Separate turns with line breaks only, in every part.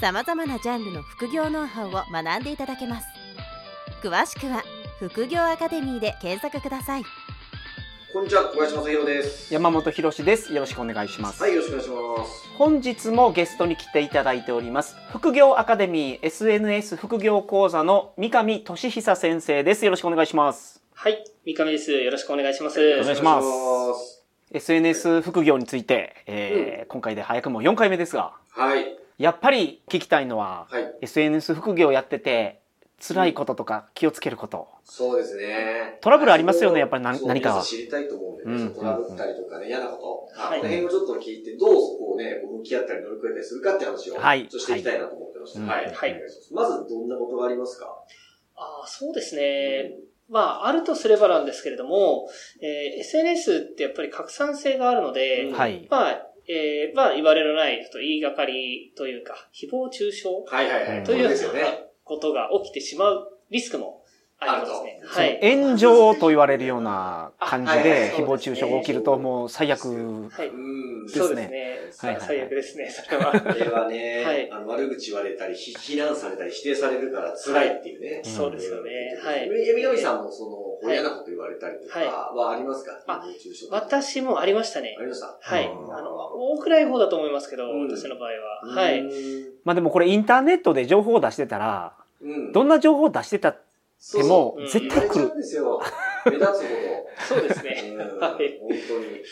さまざまなジャンルの副業ノウハウを学んでいただけます詳しくは「副業アカデミー」で検索ください
こんにちは、小林正宏です。
山本博史です。よろしくお願いします。
はい、よろしくお願いします。
本日もゲストに来ていただいております。副業アカデミー SNS 副業講座の三上俊久先生です。よろしくお願いします。
はい、三上です。よろしくお願いします。
お願いしま
お
す
願いします。
SNS 副業について、えー今回で早くも4回目ですが、
はい、
やっぱり聞きたいのは、
はい、
SNS 副業やってて、辛いこととか気をつけること。
そうですね。
トラブルありますよねやっぱり何
そう
何かは
皆さん知りたいと思うんでね、
う
そう
ん
トラブったりとかね、嫌なこと。
はい
この辺をちょっと聞いて、どうそこをね、こう向き合ったり乗り越えたりするかって話を、
はい
ちょっとしていきたいなと思ってまして。
はい
はい。
はい
お願いしますまず、どんなことがありますか
あーそうですね。まあ、あるとすればなんですけれども、えー SNS ってやっぱり拡散性があるので、
うん
はい。
まあ、えーまあ、言われのない、ちょっと言いがかりというか、誹謗中傷
はいはいはい。
ん
という
こと
よう
ですよ
な
ね。
ことが起きてしまうリスクもありますね。
あると
はい。
炎上と言われるような感じ
あはいはい
で
そうです
誹
ね
謗中傷が起きるともう最悪。
はい。
うん。
すね
そうですね。
はいはいはい
最悪ですね、それは。
これは ね、
はい
あの悪口言われたり、ひ非難されたり、否定されるから辛いっていうね。
うん
そうですよね。はい。
みなみさんもその、
はい
嫌なこと言われたりとか
はい
はありますか、
あ
誹謗中傷とか
私もありましたね
あ。りました
はい。あ
う
ー
の、多くない方だと思いますけど、
うん
私の場合は。はい。
う
まあでもこれインターネットで情報を出してたら、
ん。
どんな情報を出してたって
そうそ
も
う
うん
絶
言わ
対
れち
来
ゃ
る
う。んですよ。目立つほ
そうです
ど。
ね。
うん、本
は
当に
い。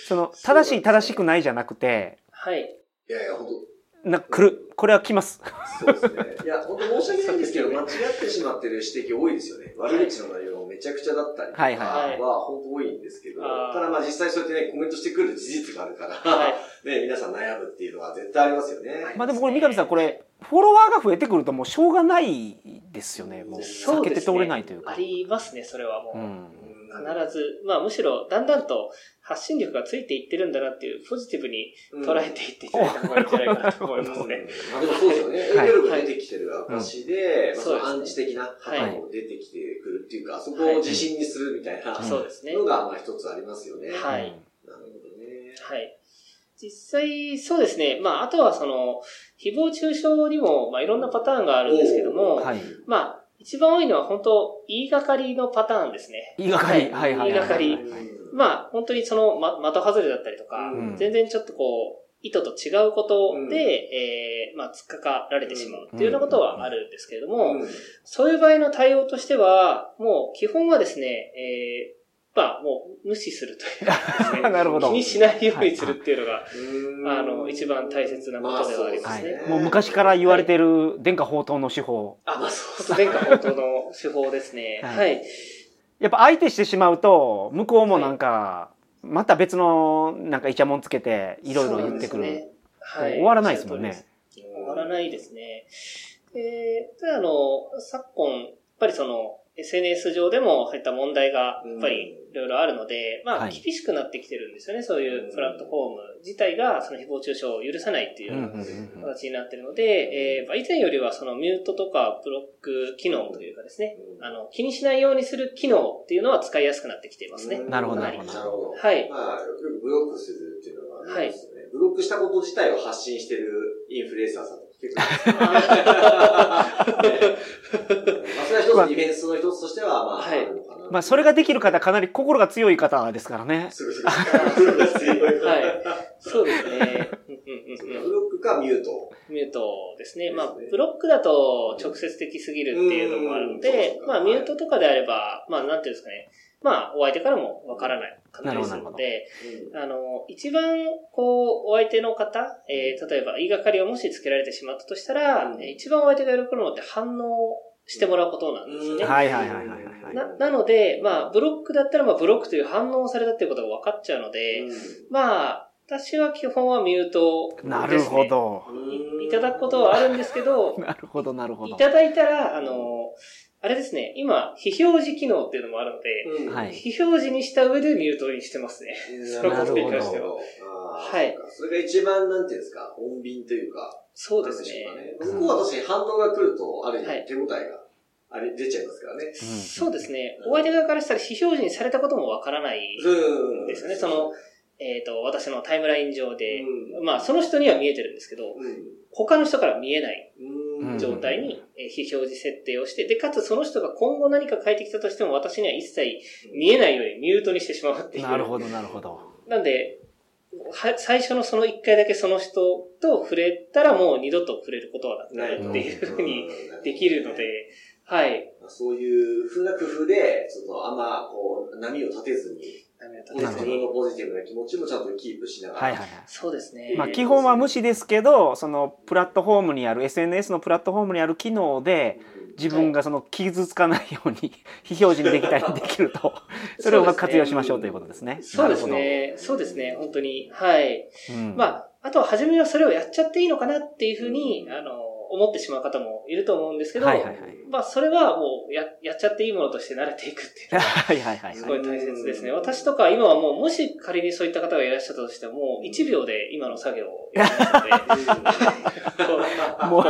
その、正しい正しくないじゃなくて、
はい。
いやいや、本
な、来る。これは来ます。
当そうですね。いや、本当申し訳ないんですけど、間違ってしまってる指摘多いですよね。悪口の内容がめちゃくちゃだったりとか
はいはい
はい
は本当多いんですけど、
あー
ただまあ実際そうやってね、コメントしてくる事実があるから、
はい。
ね、皆さん悩むっていうのは絶対ありますよね。
まあでもこれ、三上さん、これ、フォロワーが増えてくるともうしょうがないですよね。もう、
そう
避
です
け
ね
て通れないというか。
ありますね、それは
う
もう。
ん。
必ず、まあむしろ、だんだんと発信力がついていってるんだなっていう、ポジティブに
ず
捉えていっていただいた方がいいんじゃないかなと思いますね。
まあでもそうですよね。影
はい
響力が出てきてる証で、
うん
まあその
そう
暗
で
示
すね
的な
はい
旗も出てきてくるっていうか、あそこを自信にするみたいな
うん
そうですね。
の
は
が、まあ一つありますよね。
はい
なるほどね。
い。実際、そうですね。まあ、あとはその、誹謗中傷にも、まあ、いろんなパターンがあるんですけ
う
ど
ん。
も、
はい。
まあ、一番多いのは本当、言いがかりのパターンですね。
言いがかり。
は
はいいはいはい。
言いがかり
はい
まあ、本当にその、ま、的外れだったりとか、
うん
全然ちょっとこう、意図と違うことで、えーまあ、突っかかられてしまうっていうようなことはあるんですけれども、
うん
そういう場合の対応としては、もう基本はですね、えーまあ、もう無視するというかですね
なるほど
気にしないようにするっていうのが、
うん
あの、一番大切なことではありますね。
まあそうですね
もう昔から言われてる殿下宝刀の手法。。
あ、まあ、そうそう、前回本当の手法ですね
はい
はい。
やっぱ相手してしまうと、向こうもなんか、また別の、なんかイチャモンつけて、いろいろ言ってく
そうなんです
る。
ねはい。
終わらないですもんね
おっしゃる通りです終わらないですね。えー、ただあの、昨今、やっぱりその、SNS 上でもそういった問題が、やっぱりいろいろあるので、ま
は
あ、
い
厳しくなってきてるんですよね。そういうプラットフォーム自体が、その誹謗中傷を許さないっていううんよ
うん
う
うん
な
うん。
形になってるので、えーまあ、以前よりはそのミュートとかブロック機能というかですね、あの、気にしないようにする機能っていうのは使いやすくなってきていますね。
うん
なるほど
なるほど。
なる
はい
まあ、よくブロックするっていうのがありますよね。ブロックしたこと自体を発信してるインフルエンサーさんとか結構いますね ねまあ、それは一つのディフェンスの一つとしては、まあ、
はい
あるのかな
まあ、それができる方、かなり心が強い方ですからね。
すぐ すぐ。は
はい。そうですね。うん
ブ
うんうんうん
ロックかミュート。
ミュートですね。まあ
ですね、
ブロックだと直接的すぎるっていうのもあるので
う、ん
まあ、ミュートとかであれば、まあ、なんていうんですかね。まあ、お相手からもわからない感じです
なるほ
の
ど
で、あの、一番、こう、お相手の方、えー例えば、言いがかりをもしつけられてしまったとしたら、
うん
一番お相手が喜ぶのって反応してもらうことなんですよね。
はいはいはいはいはい
ななので、まあ、ブロックだったら、まあ、ブロックという反応をされたっていうことが分かっちゃうので、
うん
まあ、私は基本はミュートです、ね。
なるほど。
い。いただくことはあるんですけど、
なるほど、なるほ
い
ど。
ただいたら、あの、あれですね、今、非表示機能っていうのもあるので、
うん
はい
非表示にした上でミュートにしてますね。
な
る
ほど
るほど。は
はい。
それが一番、なんていうんですか、穏便というか、そ
そ
う
ですね。
向こうは確かに反応が来ると、ある意
は
味
い
手応えが、あれ出ちゃいますからね。
うん
そうですね。お相手側からしたら非表示にされたこともわからない、
うん
ですよねその、えっ、と、私のタイムライン上で、
う
まあ、その人には見えてるんですけど、他の人から見えない
うん。うん。
状態に、えー非表示設定をして、で、かつその人が今後何か書いてきたとしても、私には一切見えないようにミュートにしてしまうっていう。
なるほど、なるほど。
なんで、は最初のその一回だけその人と触れたらもう二度と触れることはなくなるっていうふうに
うん
できるので、はい。
そういうふうな工夫で、ちょっとあんま、こう、波を立てずに、
ほど
自分のポジティブな気持ちもちゃんとキープしながら。
はいはいはい。
そうですね。
まあ、基本は無視ですけど、そのプラットフォームにある、SNS のプラットフォームにある機能で、自分がその傷つかないように、非表示にできたりできると、それをうまく活用しましょうということですね。
そうですね。そうですね。本当に。はい。
なるほど。うん
まあ、あとは初めはそれをやっちゃっていいのかなっていうふうに、あの、思ってしまう方もいると思うんですけど、
はいはい はい。
まあ、それはもうや、やっちゃっていいものとして慣れていくっていう のが。
はいはいはい
す
はい。
ごい大切ですね。私とか今はもう、もし仮にそういった方がいらっしゃったとしても、1秒で今の作業をやってますので
もう、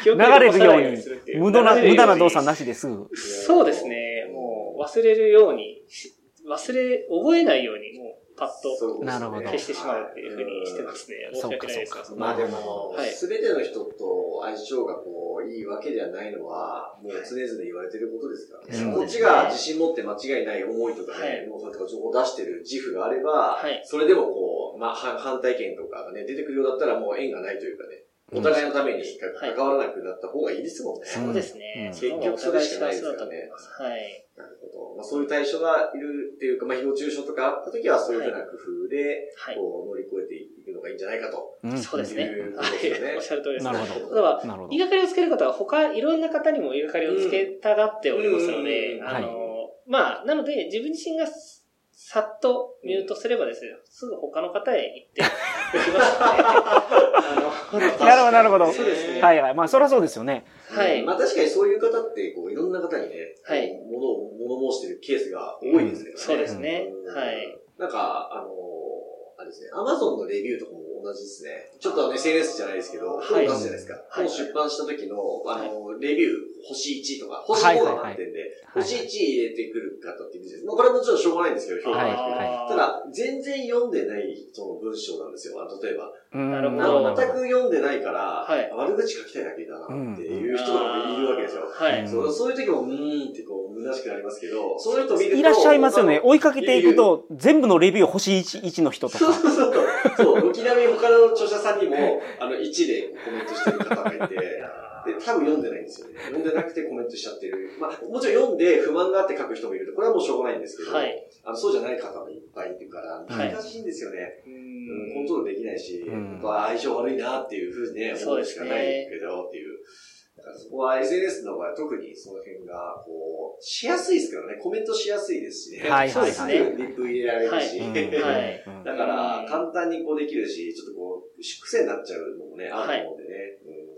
記
流
憶に残
れる
さない
よう
するってい
に、無駄 な、
流れるように
無駄な動作なしですぐ。
そうですね。もう、忘れるようにし、忘れ、覚えないように、もう、パッと
なるほど
消してしまうっていうふうにしてますね。申し
そう
訳
か
ないです
そうか
が。
まあでも
はい、
すべての人と相性がこう、いいわけではないのは、もう常々言われてることですからね。
うん
こっちが自信持って間違いない思いとか
は
ね
い、
もうそういった情報を出してる自負があれば
はい、
それでもこう、まあ反反対見とかがね、出てくるようだったらもう縁がないというかね、お互いのために
はい
関わらなくなった方がいいですもんね。
そうですね。
うん
その方がお互い幸せだと思います。はい。
なるほど。まあそういう対象がいるっていうか、まあ誹謗中傷とかあった時はそういうふうな工夫で、
はい。
こう乗り越えていくのがいいんじゃないかと。
ん
そうですね。は
うん
い。おっしゃる通りです。
なるほ
ただ
ど。なるほど
言い。がかりをつける方は他、いろんな方にも言いがかりをつけたがっておりますの
うん
で、
うん
あの、
は
まあ、なので、自分自身がすさっとミュートすればですよ、すぐ他の方へ行っておきますので、
な
あの、
るほど、なるほど。
そうですね
はいはい。まあ、そりゃそうですよね。
はい
まあ確かにそういう方って、こう、いろんな方にね、
はい
ものを物申してるケースが多いですけどね。
そうですね
うん。
はい。。
なんか、あのあれですね、アマゾンのレビューとかも同じですね。ちょっとあの SNS じゃないですけど、
はい
本出すじゃないですか。
はい
本出版した時の、あの、レビュー、星1とか、星
はい
5
はい
が
はい
満点で、
はい
星1入れてくる方っているじゃないですか。まあこれはもちろんしょうがないんですけど、評価
はい
が。
あー
ただ、全然読んでない人の文章なんですよ。あの例えば、
うん
なるほ
全
どなる
く読んでないから、
はい
悪口書きたいだけだなっていう人がいるわけですよ。
は
う
い
ん。
そうそういう時も、うーんってこう、虚しくなりますけど、そういう人見ると。
いらっしゃいますよね。追いかけていくと、全部のレビュー星 1, 1の人とか
そう。そうそう。そう、軒並み他の著者さんにも、あの、1でコメントしてる方がいて、で、多分読んでないんですよね。読んでなくてコメントしちゃってる。まあ、もちろん読んで不満があって書く人もいると、これはもうしょうがないんですけど、
はい。
あのそうじゃない方もいっぱいいるから、
はい
難しいんですよね。
う
うんコン
ん
トロールできないし、
うん
やっぱ相性悪いなっていうふうにね、思うしかないけどっていう。だからそこは SNS の場合は特にその辺が、こう、しやすいですけどね、コメントしやすいですしね。
はいはいはい
そうですね。リップ入れられるし。
うん
はい
うん
だから、簡単にこうできるし、ちょっとこう、癖になっちゃうのもね、あると思うんでね。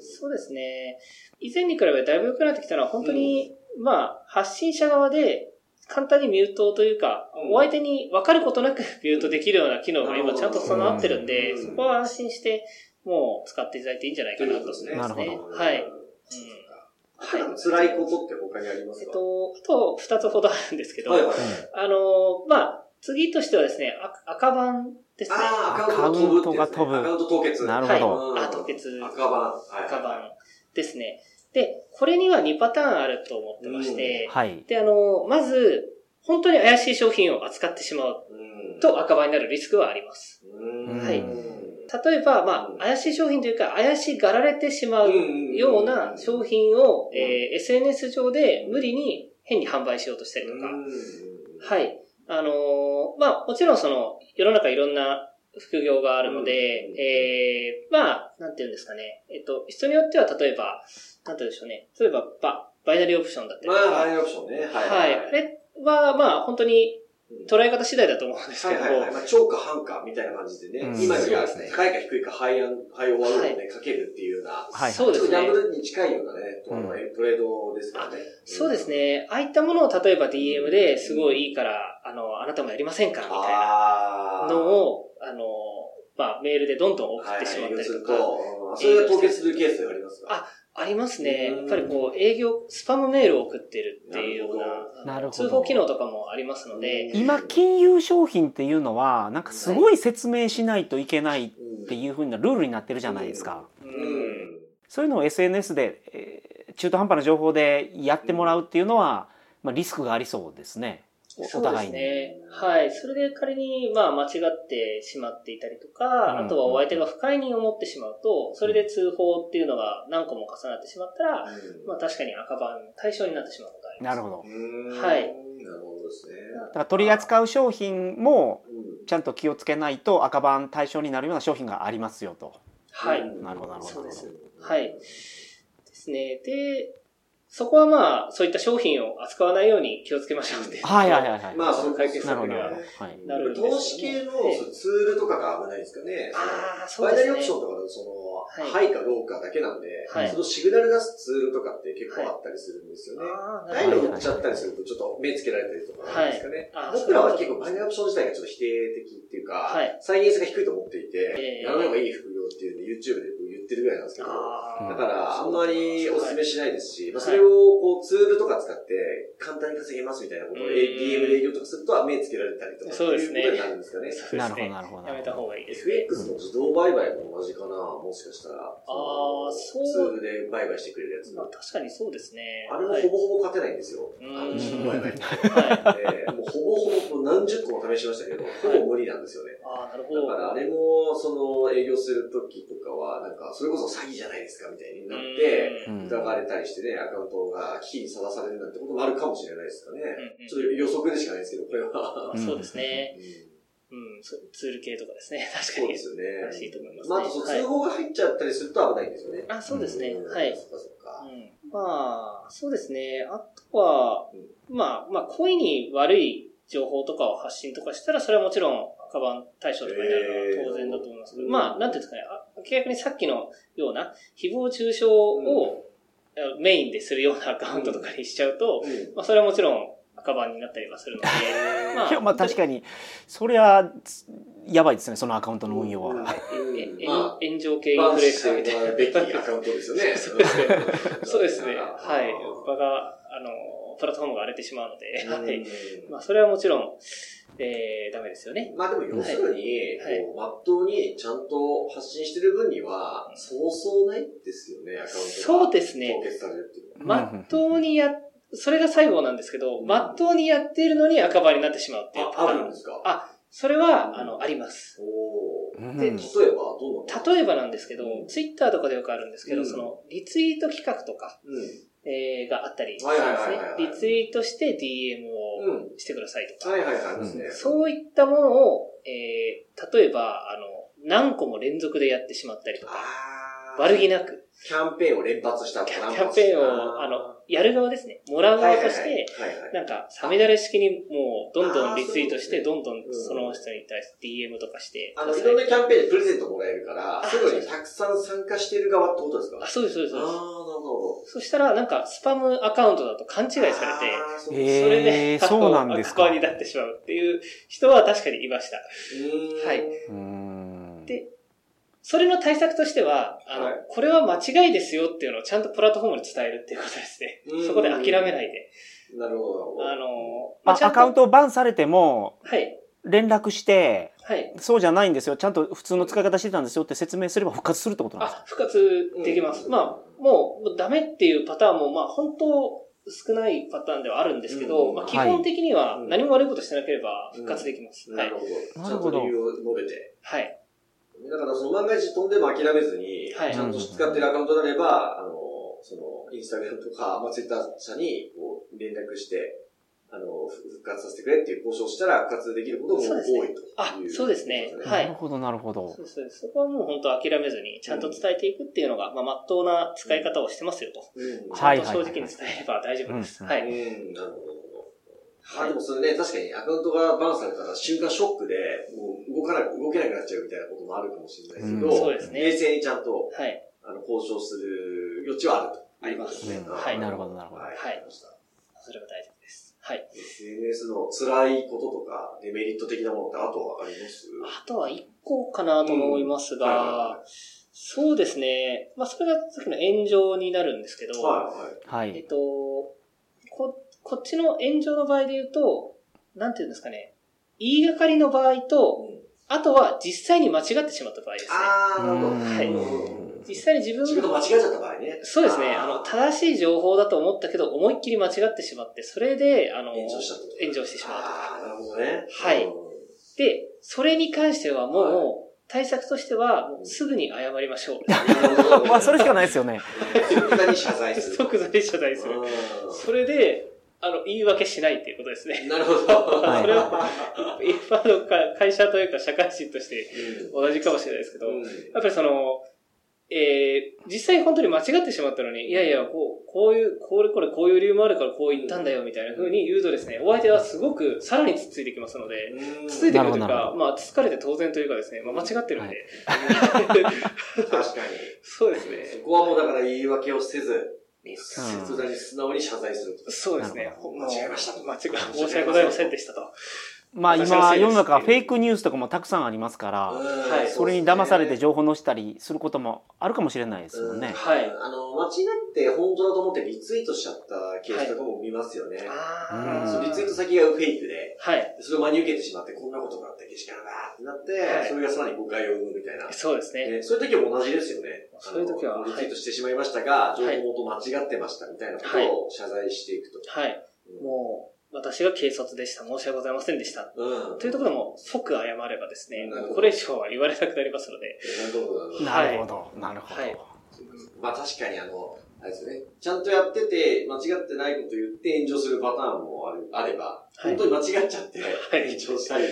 そうですね。以前に比べてだいぶ良くなってきたのは、本当に、まあ、発信者側で、簡単にミュートというか、
うん
お相手に分かることなく ミュートできるような機能が今ちゃんと備わってるんで、
うん
そこは安心して、もう使っていただいていいんじゃないかなと思いますね。
なるほ
うん
はい。うん。
はい。辛いことって他にあります
えっ
か
と、あと二つほどあるんですけど、
はいはい。
あの、まあ、次としてはですね、あ赤番ですね。
ああ、アカウントが飛ぶってやつね。
ア
ア
カ
カウント凍結。
なるほど
うん
あ凍結
赤番。はい
赤番ですね。で、これには2パターンあると思ってまして、
はい。
で、あの、まず、本当に怪しい商品を扱ってしまう
うん、
と赤番になるリスクはあります。
うん、
はい
例えば、まあ、怪しい商品というか、怪しがられてしまうような商品を、
うん。
えー SNS 上で無理に変に販売しようとしたりとか、はいい。あのーまあ、もちろんその、世の中いろんな副業があるので、
うん
えーまあ、なんていうんですかね。えっと、人によっては例えば、なんて言うんでしょうね。例えば、バ、バイナリーオプションだったり
ま
と
あ、
か、
ハイオプションね。は。
はいい。あれは、まあ、本当に、捉え方次第だと思うんです
は
け
い
ど、
はいはい。まあ、超か半かみたいな感じでね、
うん
今には
そうですね
高いか低いか、ハイアン、ハイオワールをね、かけるっていうような、
はい
そうです
ちょっと
ね
ギャンブルに近いようなね、
うん
あのトレードですからね。
そうですね。ああいったものを例えば DM ですごいいいから、あの、あなたもやりませんかみたいな
ああ。
のを、あの、まあ、メールでどんどん送ってしまったり
す
と
る
か、
と、それが凍結するケースがありますか
あありますね。
うん
やっぱりこう、営業、スパムメールを送ってるっていうような
な
あ
る
の、
ほど
通報機能とかもありますので、
今金融商品っていうのはなんかすごい説明しないといけないっていう風なルールになってるじゃないですか。
う。
うんん。
そういうのを SNS で、えー中途半端な情報でやってもらうっていうのは、まあ、リスクがありそうですね。おお
そうで
互い
す
に。
ね。はい。それで仮に、まあ、間違ってしまっていたりとか、
うん
あとはお相手が不快に思ってしまうと、それで通報っていうのが何個も重なってしまったら、まあ、確かに赤番対象になってしまうことがありま
な
す。
るほど。
うん
はい
なるほどですね。
だから取り扱う商品も
うん
ちゃんと気をつけないと赤番対象になるような商品がありますよと。
はい。
うん
なるほどなるほど
そうです。はい。ですね。で、そこはまあ、そういった商品を扱わないように気をつけましょうっていう。
はいはいはいはい。
まあ、その解決
な
策
るほ
に
ど。
は
は
ね。
い。
なるんですよね
投資系のそうツールとかが危ないですかね。
ああ、そ
バ
う
イ
で
ナリーオプ
すね。
ションとかだと、その、は
はい
かどうかだけなんで、
はい
そのシグナル出すツールとかって結構あったりするんですよね。
ああ、
な
ないる
のを売
ほど。
っちゃったりすると、ちょっと目つけられたりとかなんですかね。
はいあ
僕らは結構バイナリーオプション自体がちょっと否定的っていうか、
はい
再現性が低いと思っていて、
ええ
やらない方がいい副業っていうのを YouTube でこう言ってるぐらいなんですけど、
ああ
だから、あんまりお勧めしないですし、まあ、そ
はい
れをこうツールとか使って簡単に稼げますみたいなことを
うん
DM で営業とかすると目つけられたりとかって
そうですね
いうことになるんですかね。
そうで
な
す
るほど
ね。
なるほど。
やめた方がいいですね。
FX の自動売買も同じかな、もしかしたら。あ
あーそう
ツールで売買してくれるやつ
まあ、確かにそうですね。
あれも
はい
ほぼほぼ勝てないんですよ。
うん
あの自動売買って。
はい。
えーもうほぼほぼもう何十個も試しましたけど、ほぼ無理なんですよね。
ああ、なるほ
だ
ど。
からあれも、その営業するときとかは、なんか、それこそ詐欺じゃないですかみたいになって、
う
うんん
疑われたりしてね、アカウントが危機にさらされるなんてこともあるかもしれないですからね。
うん
ちょっと予測でしかないですけど、これは。
まあそうですね。
うん
うん、そツール系とかですね。 確か
そう
に
で。すよ
らしいと思い
ね
ま。すね
まあ、あとそう通報が入っちゃったりすると危ないんですよね。
あ、そうですね。
うん
はい。
そっかそっか。
うんまあ、そうですね。あとは
う、
まあ、まあ、故意に悪い情報とかを発信とかしたら、それはもちろん赤番対象とかになるのは当然だと思いますけど、
えー
まあ、なんていうんですかね、あ逆にさっきのような、誹謗中傷をあメインでするようなアカウントとかにしちゃうと、まあ、それはもちろん赤番になったりは するので、
いやまあ確
に。
かにそれはやばいですねそのアカウントの運用
うん
は。
うん
ええ
まあ、
炎上系イン
バ
フ
ン
レー
して
サー
も
みたい
ら
な
う。べきアカウントですよね。
そうですね。 そうですね。
あー
はい。場が、あの、プラットフォームが荒れてしまうので、
うん
はい。まあ、それはもちろん、えー、ダメですよね。
まあでも要するに、
はい
こうまっとうにちゃんと発信してる分には、そうそうないですよね、アカウントが。
そうですね
凍結されるっていうのは。
まっとうにや、それが最後なんですけど、まっとうにやっているのに赤羽になってしまうっていうパタ
あ、あ
ー
るん
ン
で。すか
あそれは、あの、あります。
おー
うん
で、例えば、どんな
例えばなんですけど
うん、
ツイッターとかでよくあるんですけど、
うん
その、リツイート企画とか、
う
えー、があったりする
はい
ん
はい
です
はい
ね
はいはい。
リツイートして DM
ん。
を
うん。
してくださいとか。
はいはいはい、ありますね。
そういったものを、えー、例えば、あの、何個も連続でやってしまったりとか、
あー
悪気なく、
キャンペーンを連発した。キ
キャンペーンを、あの、やる側ですね、もらう
はい
側
はい
と
はい
して、
はいはい
なんか、サメだれ式にもう、どんどんリツイートし
あ
て、
ー
どんどん
うん
その人に対して DM とかして
あ
くだ
の、
さ
い
い
ろんなキャンペーンでプレゼントもらえるから、
あ
そういうのにたくさん参加している側ってことですか
あ、そうです、そうです。
あー
そう
なる
です
ほど。
そしたら、なんか、スパムアカウントだと勘違いされ
あ
て、
ーそう
えー
それで、
そうなんですか
アカウントになってしまうっていう人は確かにいました。
うーん
はい
ー
う
ん
でそれの対策としては、あの、
はい
これは間違いですよっていうのをちゃんとプラットフォームに伝えるっていうことですね
うん。
そこで諦めないで。
なるほど。
あ
なる
の、ま
あ
あちゃ
ア
んと
カウントをバンされても
はい。
連絡して
はい。
そうじゃないんですよちゃんと普通の使い方してたんですよって説明すれば復活するってことなんですか
あ、復活できます。
うん
まあ、もう、ダメっていうパターンも、まあ、本当少ないパターンではあるんですけど、
うん
まあ、基本的には
はい
何も悪いことしてなければ復活できます。
ほど。
は
ないる。ほど。
なるほど
ちゃんと理由を述べて。
はい。
だから、その万が一飛んでも諦めずに、
はい
ちゃんと使ってるアカウントであれば、あの、その、インスタグラムとか、まあ、ツイッター社に、こう、連絡して、あの、復活させてくれっていう交渉したら、復活できることも多い
そ
と
うですね
いう。
あ
こ
そうですね
と
はい
なるほどなるほど
そ。うそうそこはもう本当諦めずに、ちゃんと伝えていくっていうのが、まあ、まっとうな使い方をしてますよと。
うん
ち
は
ゃ
い
んと正直に伝えれば大丈夫です。
うん
はい。
うん、なるほど。あ、でもそれね、確かにアカウントがバンされたら瞬間ショックで、もう動かなく、動けなくなっちゃうみたいなこともあるかもしれないけど、
うん
そうですね
冷静にちゃんと、
はい。
あの、交渉する余地はあると。
あります
ね
うん
はい
なるほど、なるほど。
はい。
は
わか
い
りました
それは大丈夫です。はい。
SNS の辛いこととか、デメリット的なものってあとはあります
あとは一個かなと思いますが、
うんはい
そうですね。まあ、それがさっきの炎上になるんですけど、
はい、はい。
は
えっ
い。
と、こ、こっちの炎上の場合で言うと、なんていうんですかね。言いがかりの場合と、あとは実際に間違ってしまった場合ですね。
あー、なるほど。
うん
はい
うん
実際に自
自
分
分が
が、
間違えちゃった場合ね。
そうですね。
ー
あの、正しい情報だと思ったけど、思いっきり間違ってしまって、それで、あの、
炎上しちゃったと
炎上してしまうと
あー、なるほどね。
はい
うん
で、それに関してはもう、
は
対策としては、もうすぐに謝りましょ う。
まあ、それしかないですよね。
即座に謝罪する。
即座に謝罪する。
う
それで、あの、言い訳しないっていうことですね。
んなるほど。
はい
それは、 一般のか会社というか社会人として同じかもしれないですけど、
うん
やっぱりその、えー、実際本当に間違ってしまったのに、いやいや、こう、こういう、これこれこういう理由もあるからこう言ったんだよみたいな風に言うとですね、お相手はすごくさらにつっついてきますので、
うん
つついてくるという
なるほどなる
か、まあ、つつかれて当然というかですね、まあ、間違ってるんで。
確か
そうです
に。そ
ね。
こはもうだから言い訳をせず、
うん
切断に素直に謝罪すると。
そうです
な
ね
る。
ほど間違えました
間違え、申し訳ございませんでしたと。
まあ、
私の
今、
せいです
世の中フェイクニュースとかもたくさんありますから、
はい
それに騙されて情報載せたりすることもあるかもしれないですもん
うん
ね。
はい
あの、間違って本当だと思ってリツイートしちゃったケースとかも見ますよね。
ー
そうの
ん
リツイート先がフェイクで、
はい。
それを真に受けてしまって、こんなことがあったけしからなってなって、
はい
それがさらに誤解を生むみたいな。
そうですね。
ねそういう時は同じですよね。
そういう時は
あの
はい
リツイートしてしまいましたが、情
はい
報と間違ってましたみたいなことを謝罪していくと。
はい。もう、私が軽率でした。申し訳ございませんでした。
うん。
というところでも、即謝ればですね
なるほ、ど
これ以上は言われなくなりますので。
なるほどなるほど
なるほど、なるほ
はい
ど。
まあ確かにあの、あれですよね。ちゃんとやってて、間違ってないこと言って炎上するパターンもあるあれば、
はい
本当に間違っちゃって、
い
炎上したり、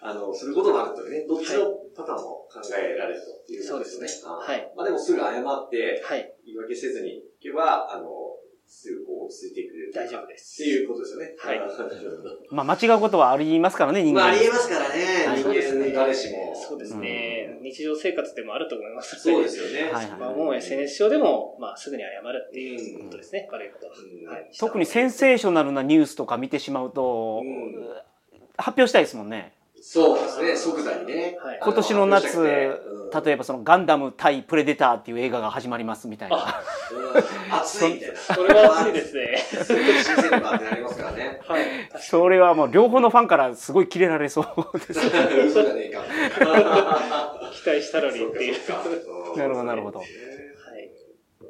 あの、することもあるというね、どっちのパターンも考えられるということですね。
そうですね
あの
はい
まあでもすぐ謝って、
はい。
言い訳せずにいけば、あの、すぐこう落ち着いてくれる。
大丈夫
っ
です
て。いうことですよね。
はい
あのなるほど
まあ、間違うことはありますからね、人
まあ
間
あ。りえますから
は
ね、
い
人
そうですね
間誰しも。
そうですね。日常生活でもあると思いますの
そうですよね。
はいはい
まあ、もう SNS 上でも、まあ、すぐに謝るっていうことですね。悪いことは。
うん
はい
特にセンセーショナルなニュースとか見てしまうと、
うん
発表したいですもんね。
そうですね、即座にね。
はい
今年の夏、
え
例えばそのガンダム対プレデターっていう映画が始まりますみたいな。
ば、暑いみたいな。
それは熱いですね。
す。すぐ新鮮感ってなりますからね。
はい。
それはもう両方のファンからすごいキレられそうです。
嘘じゃねえか。
期待したのに
そう
っていう。
かそうか
なるほどなるほど
はい。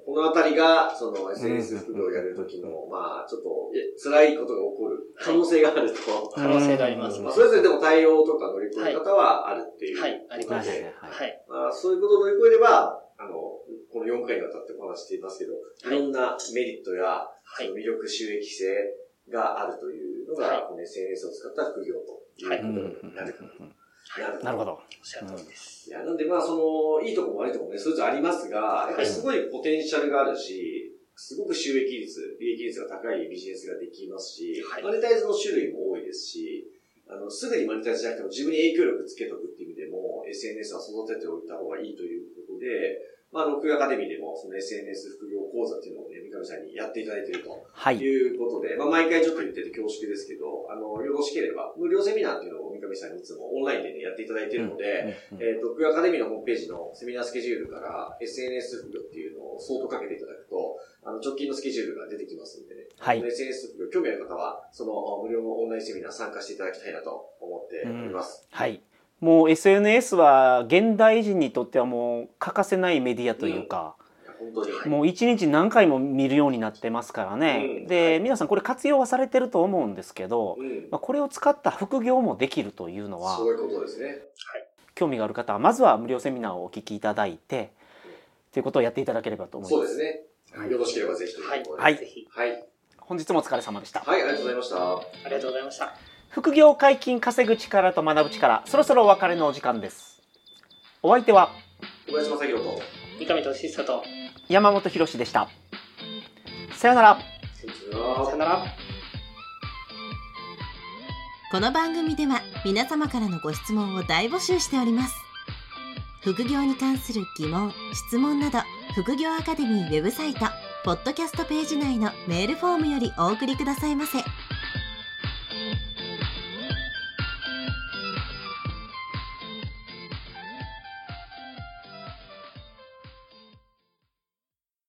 このあたりが、その SNS 副業をやるときの、まあ、ちょっと、え辛いことが起こる可能性があると。
可能性があります。
うん
ま
は
あ、それぞれでも対応とか乗り越え方はあるっていう。
い、あります。
は
はいい。
まあ、そういうことを乗り越えれば、あの、この4回にわたってお話していますけど、いろんなメリットや、
はい。
魅力収益性があるというのが、
はい
この SNS を使った副業ということになるかな。
は
なるほ
ど。
ど。
おっしゃる通りです。
いや、なんでまあ、その、いいとこも悪いとこもね、それぞれありますが、やっぱりすごいポテンシャルがあるし、すごく収益率、利益率が高いビジネスができますし、
はい
マネタイズの種類も多いですし、あの、すぐにマネタイズじゃなくても自分に影響力つけとくっていう意味でも、SNS は育てておいた方がいいということで、まあ、あの、クアカデミーでも、その SNS 副業講座っていうのをね、三上さんにやっていただいていると。と
はい。
いうことで、まあ、毎回ちょっと言ってて恐縮ですけど、あの、よろしければ、無料セミナーっていうのを三上さんにいつもオンラインでね、やっていただいてるので、
うん
えっ、と、クアカデミーのホームページのセミナースケジュールから、SNS 副業っていうのを相当かけていただくと、あの、直近のスケジュールが出てきますんでね、
はい
この。SNS 副業興味ある方は、その無料のオンラインセミナー参加していただきたいなと思っております。
はい。もう SNS は現代人にとってはもう欠かせないメディアというか、
いや本当に。
もう一日何回も見るようになってますから
う
ね
ん。
で、皆さんこれ活用はされてると思うんですけど、
うん
まあ、これを使った副業もできるというのは
す、ごいことですね。
興味がある方はまずは無料セミナーをお聞きいただいて、ということをやっていただければと思い
そう
ま。
ですすね。よろしければぜひということで。
はい
ぜひ。
はい。
本日もお疲れ様でした。
はい、ありがとうございました。
ありがとうございました。
副業解禁稼ぐ力と学ぶ力、そろそろお別れのお時間です。お相手は
小林正宏と。
三上俊久と、
山本博史でした。さようなら。
さよなら
さよなら。
この番組では皆様からのご質問を大募集しております副業に関する疑問質問など副業アカデミーウェブサイトポッドキャストページ内のメールフォームよりお送りくださいませ。